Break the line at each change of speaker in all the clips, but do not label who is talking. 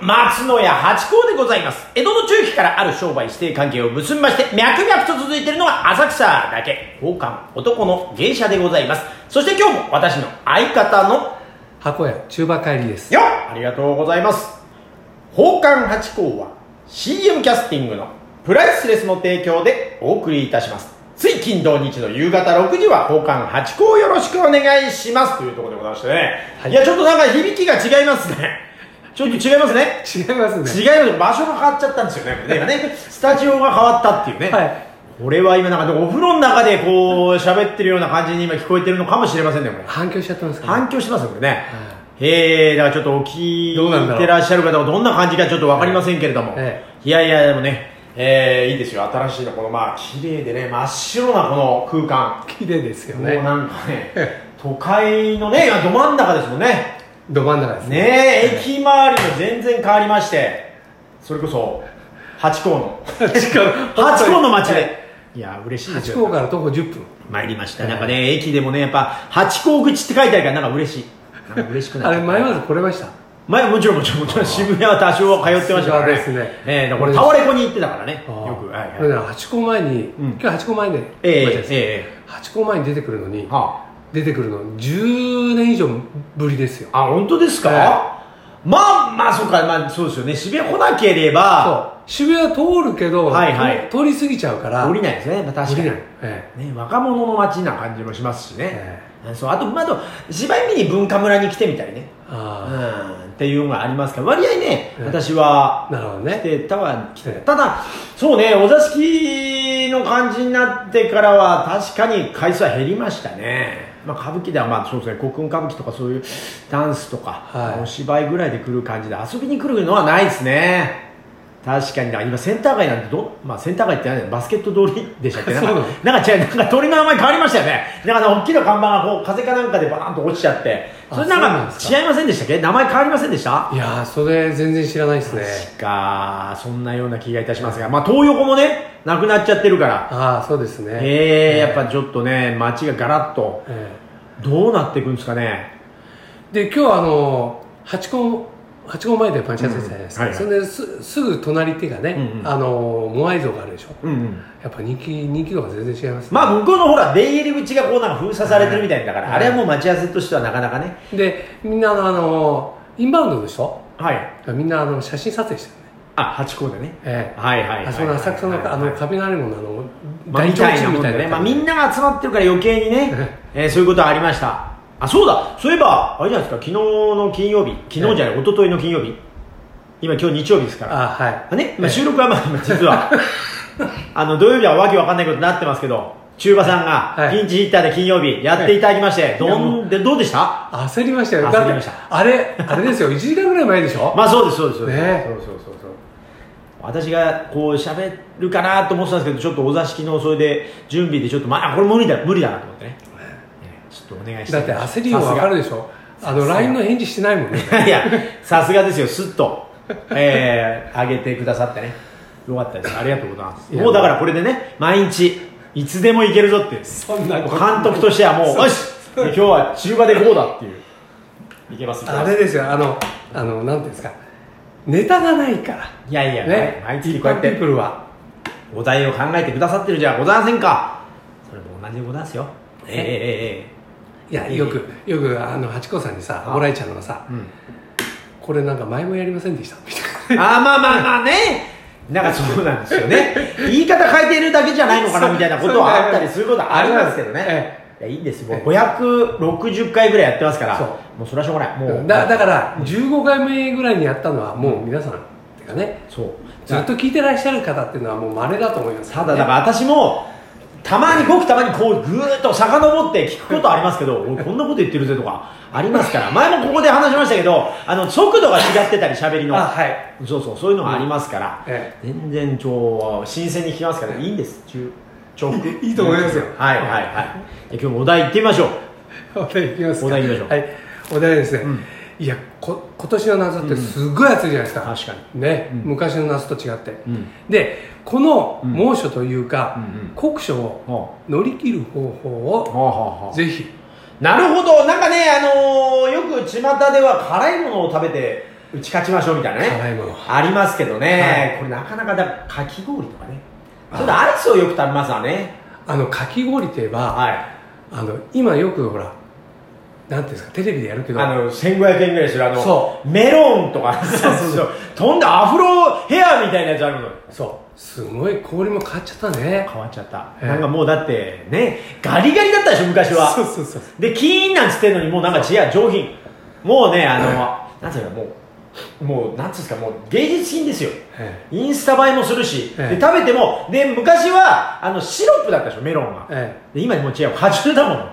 松野屋八甲でございます。江戸の中期からある商売指定関係を結びまして、脈々と続いているのが浅草だけ、宝冠男の芸者でございます。そして今日も私の相方の、
箱屋中馬帰りです
よっありがとうございます。宝冠八甲は CM キャスティングのプライスレスの提供でお送りいたします。つい金土日の夕方6時は宝冠八甲をよろしくお願いします。というところでございましてね。、
はいい
や、ちょっとなんか響きが違いますね。ちょっと違いますね。
違いますね
違うよ場所が変わっちゃったんですよね これね今ねスタジオが変わったっていうね、
はい
これは今なんかお風呂の中でこう喋ってるような感じに今聞こえてるのかもしれませんねこれ
反響しちゃったんですか、ね、
反響してますよこれね、へえだからちょっとお聞
どうなんだろ
いうてらっしゃる方はどんな感じかちょっと分かりませんけれども、
え
いやいやでもねえー、いいですよ新しいのこのまあ綺麗でね真っ白なこの空間
綺麗ですよ
もう
ね
なんかね
え
都会のねど真ん中ですもんね
ど真ん中ですね
ねえ、駅周りも全然変わりまして、それこそ、八甲の、
八甲
八甲の街で、いや、嬉しいです
八
よ
甲。から徒歩10分
参りました。なんかね、駅でもね、やっぱ、八甲口って書いてあるから、なんか嬉しい。なんか嬉しくな
あ
っ
れ
ちゃった
迷わず来れました
前もちろんもちろんもちろん渋谷は多少は通ってましたからね。
さすがですね
ええだからタワレコに行ってたからね。よく。はいはい。
だから八甲前に、
ん
今日八甲前で、
えええ
待ち合わ
え
せ
え
八甲前に出てくるのに
えは
出てくるの10年以上ぶりですよ
あ。あ、本当ですか、まあまあ、そうか、まあそうですよね。渋谷来なければ、
そう渋谷通るけど、
はいはい
と通り過ぎちゃうから
降りないですね。まあ確
降
か
り
に
ない。え
ね、若者の街な感じもしますしね、
え
そうあと、まあ、あと芝居見に文化村に来てみたりね
え、
う
あ
ん、っていうのがありますから割合ね、
ええ
私は
あなるほど
来
ね
てたは来てた、
ええ
ただそうねお座敷の感じになってからは確かに回数は減りましたね、まあ、歌舞伎ではまあそうですね古今歌舞伎とかそういうダンスとか、
はい
お芝居ぐらいで来る感じで遊びに来るのはないですね確かにな今センター街なんてど、まあ、センター街って何バスケット通りでしたっけなん
そうな
か
の
なんか違うなんか鳥の名前変わりましたよねなんかあの大きな看板がこう風かなんかでバーンと落ちちゃってそれ
あそう
な
なんん
か
ですか
違いませんでしたっけ名前変わりませんでした
いやーそれ全然知らないですね
確かそんなような気がいたしますが、まあ、東横もねなくなっちゃってるから
ああそうですね
へえ
え
やっぱちょっとね街がガラッと
え
どうなっていくんですかね
えで今日あの八甲八甲前でパンチャーさんじゃないですか、
うんはいはい
それですすぐ隣っていうかね、
うんうん
あのモアイ像があるでしょ
うん、うん、
やっぱ人気人気度が全然違います、ね
まあ向こうのほら出入り口がこうなんか封鎖されてるみたいだから、
はい
あれはもう待ち合わせとしてはなかなかね
でみんなあのあのインバウンドでしょ
はい
みんなあの写真撮影してるね
あ八甲でね
ええ
はいはいはい
あその浅草の、
はいはい
あの雷門のあの
まあ、
大
み
提
たいなも
灯み
ん
たい
で
な
ね、まあ、み
みん
んなが集まってるから余計に ね、えーそういうことはありましたあそうだそういえばあれじゃないですか昨日の金曜日昨日じゃない一昨日の金曜日今今日日曜日ですから
あはい
あね、まあ、
ええ
収録はまあ今実 はあの土曜日はわけわかんないことになってますけど中馬さんが
はい
ピンチヒッターで金曜日やっていただきまして、ど
いやも
んでどうでした
焦りましたよ
焦りました
だってあれあれですよ1時間ぐらい前でしょ、
まあそうですそうですそうです、
ね
そうそうそうそう私がこう喋るかなと思ってたんですけどちょっとお座敷のそれで準備でちょっとまあこれ無理だ無理だなと思ってねちょっとお願いして
だって焦りを分かるでしょあの LINE の返事してないもん ね
さすがいやさすがですよすっと、えー、上げてくださってねよかったですありがとうございます
いや
もうだからこれでね毎日いつでもいけるぞっていう
そんなこと
監督としては もうよし今日は中馬でこうだっていういけますいけます
あれですよあのあのなんていうんですかネタがないから
いやいや、
ね
毎月こうやって
一般ピープルは
お題を考えてくださってるじゃございませんかそれも同じでございますよええ
いやよくよくあの八甲さんにさ
あ
もらえちゃうのがさ
ええええうん
これなんか前もやりませんでしたみたいな
あーまあまあまあねなんかそうなんですよ ね言い方変えてるだけじゃないのかなみたいなことはあったりすることはありますけどね
え
いやいいんですよもう560回ぐらいやってますから
そう
もうそれはしょうがないもう
だだから15回目ぐらいにやったのはもう皆さん、てかね
そう
ずっと聞いてらっしゃる方っていうのはもう稀だと思います
ただだから私もたまにごくたまにこうぐーっと遡って聞くことありますけど俺こんなこと言ってるぜとかありますから前もここで話しましたけどあの速度が違ってたり喋りの
あはい
そうそうそういうのがありますから、
え
全然超新鮮に聞きますからいいんです中重複
いいと思いますよ
はいはいはいじゃあ今日もお題行ってみましょう
お題いきますか
お題いきましょう
はいお題ですね、
うん
いやこ今年の夏ってすごい暑いじゃないですか、
確か
ね、
うん
昔の夏と違って、
にうん
でこの猛暑というか、
うんうん
酷暑を
ほ
乗り切る方法
う
を
ほうほうほ
ぜひ
うなるほどなんかねあのーよく巷では辛いものを食べて打ち勝ちましょうみたいなね。
辛いもの
ありますけどね、
はい
これなかなかだからかき氷とかね
あー
ちょっとアイスをよく食べますわね
あのかき氷といえば
はい
あの今よくほらなんていうんですかテレビでやるけど
あの1500円ぐらいするあの
そ
メロンとかそうそうそう 飛んだアフロヘアみたいなやつあるの
そうすごい氷も買っちゃったね
変わっちゃった、
ええ
なんかもうだってねガリガリだったでしょ昔は
そうそうそう
でキーンなんつってんのにもうなんか違う上品もうねあの、なんていうかもうもうなんつうんですかもう芸術品ですよ
え
インスタ映えもするし、
ええ
で食べてもで昔はあのシロップだったでしょメロンが
え、え
で今もう違う果汁だもん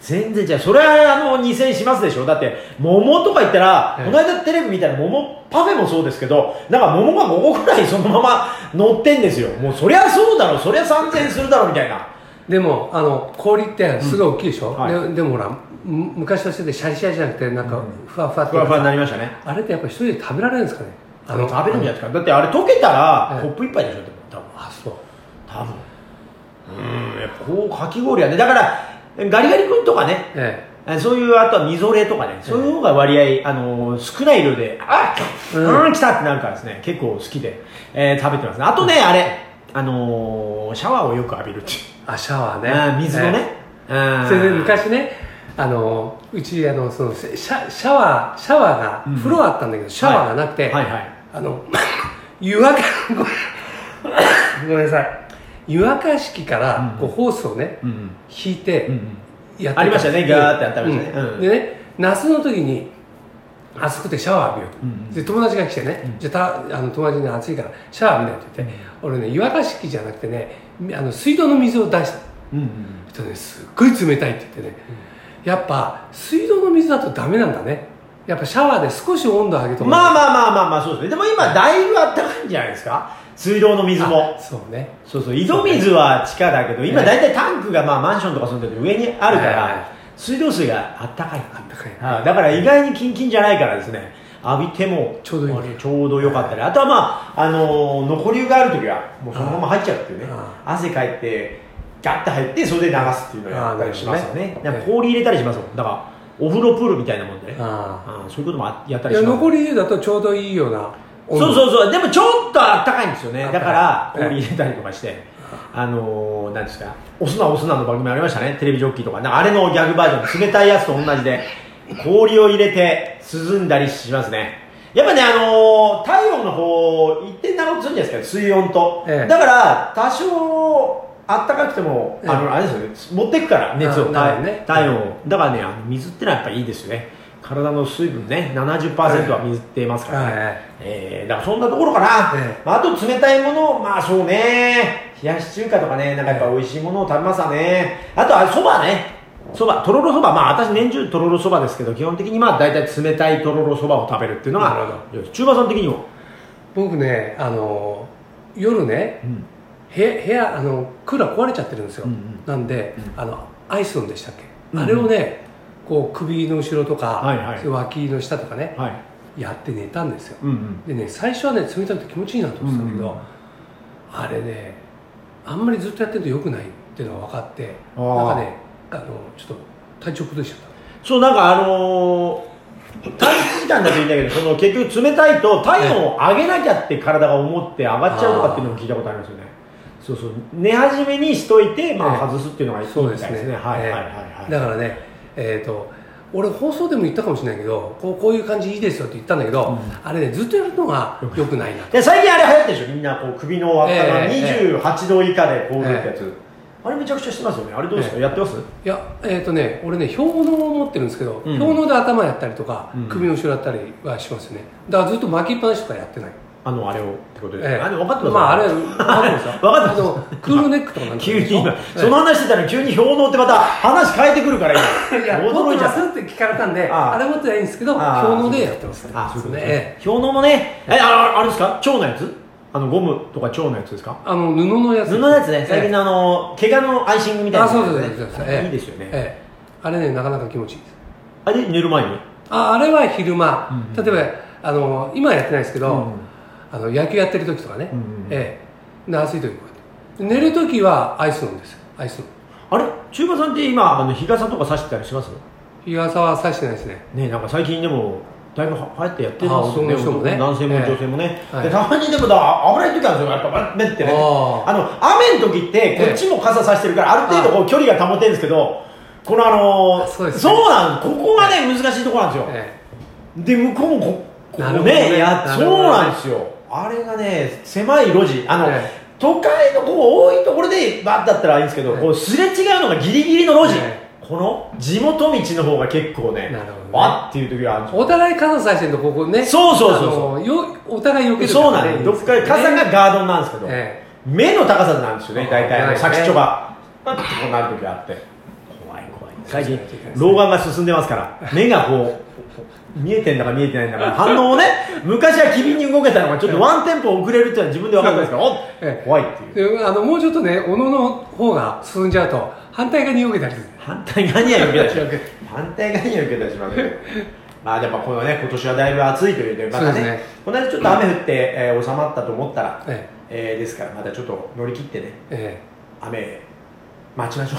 全然違うそれはあの2000円しますでしょだって桃とか言ったら、
ええ
この間テレビ見たら桃パフェもそうですけどなんか桃が5個くらいそのまま乗ってんですよもうそりゃそうだろそりゃ3000円するだろみたいな
えでもあの氷ってすごい大きいでしょ、
うんはい
ででもほらむ昔としてでシャリシャリじゃなくてなんかふわふわって
ふわふわになりましたね
あれってやっぱり一人で食べられるんですかね
あの食べるんじゃない
あ
ですかだってあれ溶けたら
え
コ
え
ップ一杯でしょでも多分
あそう
多分うんやっぱこうかき氷やねだからガリガリ君とかね
え
あそういう、あとはみぞれとかね、そういう方が割合、あのー少ない量で、あっ、
うん
うん、来たってなるからですね、結構好きで、えー食べてますね。あとね、あれ、あのーシャワーをよく浴びるっていう
え。あシャワーね
あー水のね。
え
あ
え
ー
それで昔ねあのうちあのそのシャシャワーシャワー
うん
が風呂あったんだけどシャワーがなくて、
はいはい。
あの 湯沸かごめんなさい湯沸かし器からこうホースをね、
うん。
引いて、
うん。
やって
ありましたねガーってやってましたね
うん
うん
でね夏の時に暑くてシャワー浴びよ
う
う、
ん
で友達が来てね、じゃあたあの友達に暑いからシャワー浴びないって言って、俺ね湯沸かし器じゃなくてねあの水道の水を出した
うんうん。
とねすっごい冷たいって言ってね、やっぱ水道の水だとダメなんだねやっぱシャワーで少し温度上げとか
まあ
あ
まあまあまあまあ、そうですね。でも今、だいぶ暖かいんじゃないですか水道の水も。
そうね
そうそう、井戸水は地下だけど、今大体タンクがまあマンションとかその時上にあるか
はいはい
ら、水道水があったかいっていう
あったかい
はい、だから意外にキンキンじゃないからですね浴びても
ちょうどいい
あれちょうどよかったりあとはまあ、あのー残り湯がある時はもうそのまま入っちゃうっていうね
あ
汗かいてガッて入ってそれで流すっていうのをやったりしますよね
あーな
な
るほどね
んか氷入れたりしますもんだからお風呂プールみたいなもんでね
あ
あーそういうこともあやった
あい
りし
や
ます
残り湯だとちょうどいいような温度
そうそうそうでもちょっとあったかいんですよね
あっ
だ
たか
から
いええ
氷入れたりとかしてあのー、なんですか「押すな押すな」の番組ありましたねテレビジョッキーとかなんかあれのギャグバージョン冷たいやつと同じで氷を入れて涼んだりしますねやっぱねあのー、体温の方一定なことするんじゃないですか水温と、
ええ
だから多少あったかくても、あ
え
のあれですよね持ってくから熱を
あなるほどね
体温をだからねあの水ってのはやっぱいいですよね体の水分ね70%は水ってますからね、
はい
えー、だからそんなところかな、
ええ
まあ、あと冷たいものまあそうね冷やし中華とかねなんかやっぱ美味しいものを食べますわねあとはそばねそばとろろそばまあ私年中とろろそばですけど基本的にまあ大体冷たいとろろそばを食べるっていうの
なる
が中馬さん的にも、
僕ねあの夜ね
うん
部屋部屋あのクーラー壊れちゃってるんですよ、
うんうん
なんで、あのアイス飲んでしたっけ、
うんうん
あれをねこう首の後ろとか、
はいはい
脇の下とかね
はい
やって寝たんですよ
うんうん
でね最初はね冷たくて気持ちいいなと思ってたんだけど、
うんうん
あれねあんまりずっとやってると良くないっていうのが分かって
あー
なんかねあのちょっと体調崩しちゃった
そうなんかあのー、短期時間だといいんだけどその結局冷たいと体温を上げなきゃって体が思って上がっちゃうとかっていうのも聞いたことありますよねそうそう寝始めにしといて、ま
ええ
あ、外すっていうのがいいみた
そう
い
で
ですすね
ね
はいはい
え
は
え
いはい
だからね、えー、と俺放送でも言ったかもしれないけどこうこういう感じいいですよって言ったんだけど、
うん
あれねずっとやるのが良くないな
で最近あれ流行ってるでしょみんなこう首の輪っかが
ええ
28度以下で凍るってやつ、あれめちゃくちゃしてますよねあれどうですか、
え
やってます
いやえっ、とね俺ね氷のを持ってるんですけど、
うん
氷ので頭やったりとか、
うん
首の後ろやったりはしますよねだからずっと巻きっぱなしとかやってない、
あのあれをってことで、
ええ
あれ分かってます
まああれ分かってますよ
分かってます
あのクールネックとかなん か
急に今、
ええ
その話してたら急に氷のってまた話変えてくるから今
いや、驚
驚
い
い
ち
ち
ゃ
ゃっ
ったたって聞かれたんで、
ああ
あれ持ってないんですけど、
ああ
氷のでやってますね。
あ、そういうことです
え
ね。氷のもね、え、ああれですか蝶のやつあの、ゴムとか蝶のやつですか
えあの、布のやつ。
布のやつね、最近
の。
のあの、毛皮のアイシングみたいな
あ、
やつね。
そうそうそうそう。ええ
いいですよね。
ええあれね、なかなか気持ちいいです。
あれ、寝る前に。
あ、あれは昼間
うん。うん
例えば、あの、今はやってないですけ
うん
ど、あの、野球やってる時とかね
うんうん。
ええ。で暑い時とか。寝る時はアイス飲んですよ。アイス飲む。
あれ、中馬さんって今、あの日傘とか差してたりします
日傘は差してないですね。
ね、なんか最近でも、だいぶは流行ってやってますよね
あ男の人もね
男性も女性もね、
ええ
でたまにでもだ危ない時あるんですよやっぱバッてってね
あ
あの雨の時って
ええ
こっちも傘さしてるからある程度こう距離が保てるんですけどこのあのー
あそうですね
なんここがね難しいところなんですよ、
え
で向こうもここ
なる
う
ほど
ね
ね
や
な
そ
るほどね
うなんですよあれがね狭い路地あの、
ええ
都会のこう多いところでバッだったらいいんですけど、
ええ
こうすれ違うのがギリギリの路地、
え
この地元道の方が結構ね
なるほどね
わっていう時があるんです
え
よ
お互い傘さしてるとここね
そうそうそうそう
あのよお互い避ける
そうなんですどっかで傘
ね
がガードなんですけど、
ええ
目の高さなんですよね大体あ
は
の
い
先っちょがパッてこうなる時があって怖い怖い最近
そうですね
老眼が進んでますから目がこう見えてんだか見えてないんだか反 応をね昔は機敏に動けたのがちょっとワンテンポ遅れるっていうのは自分で分かったんですから
え
お
え
怖いっていう
であのもうちょっとねおのの方が進んじゃうと反対側に避けたりする
反対側には受けたりしま
受け
反対側には受けたりしますけどまあでもこのね今年はだいぶ暑いというねまたね
そうですね
この間ちょっと雨降って、えー収まったと思ったら、
え
えーですからまたちょっと乗り切ってね
ええ
雨待ちましょう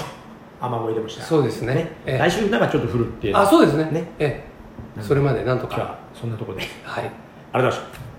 雨漏りでもし
え
たら
そうですねええ
来週なんかちょっと降るっていう
あそうですね
ね
ええそれまでなんと
じゃあ
か
そんなところで
はい
ありがとうございました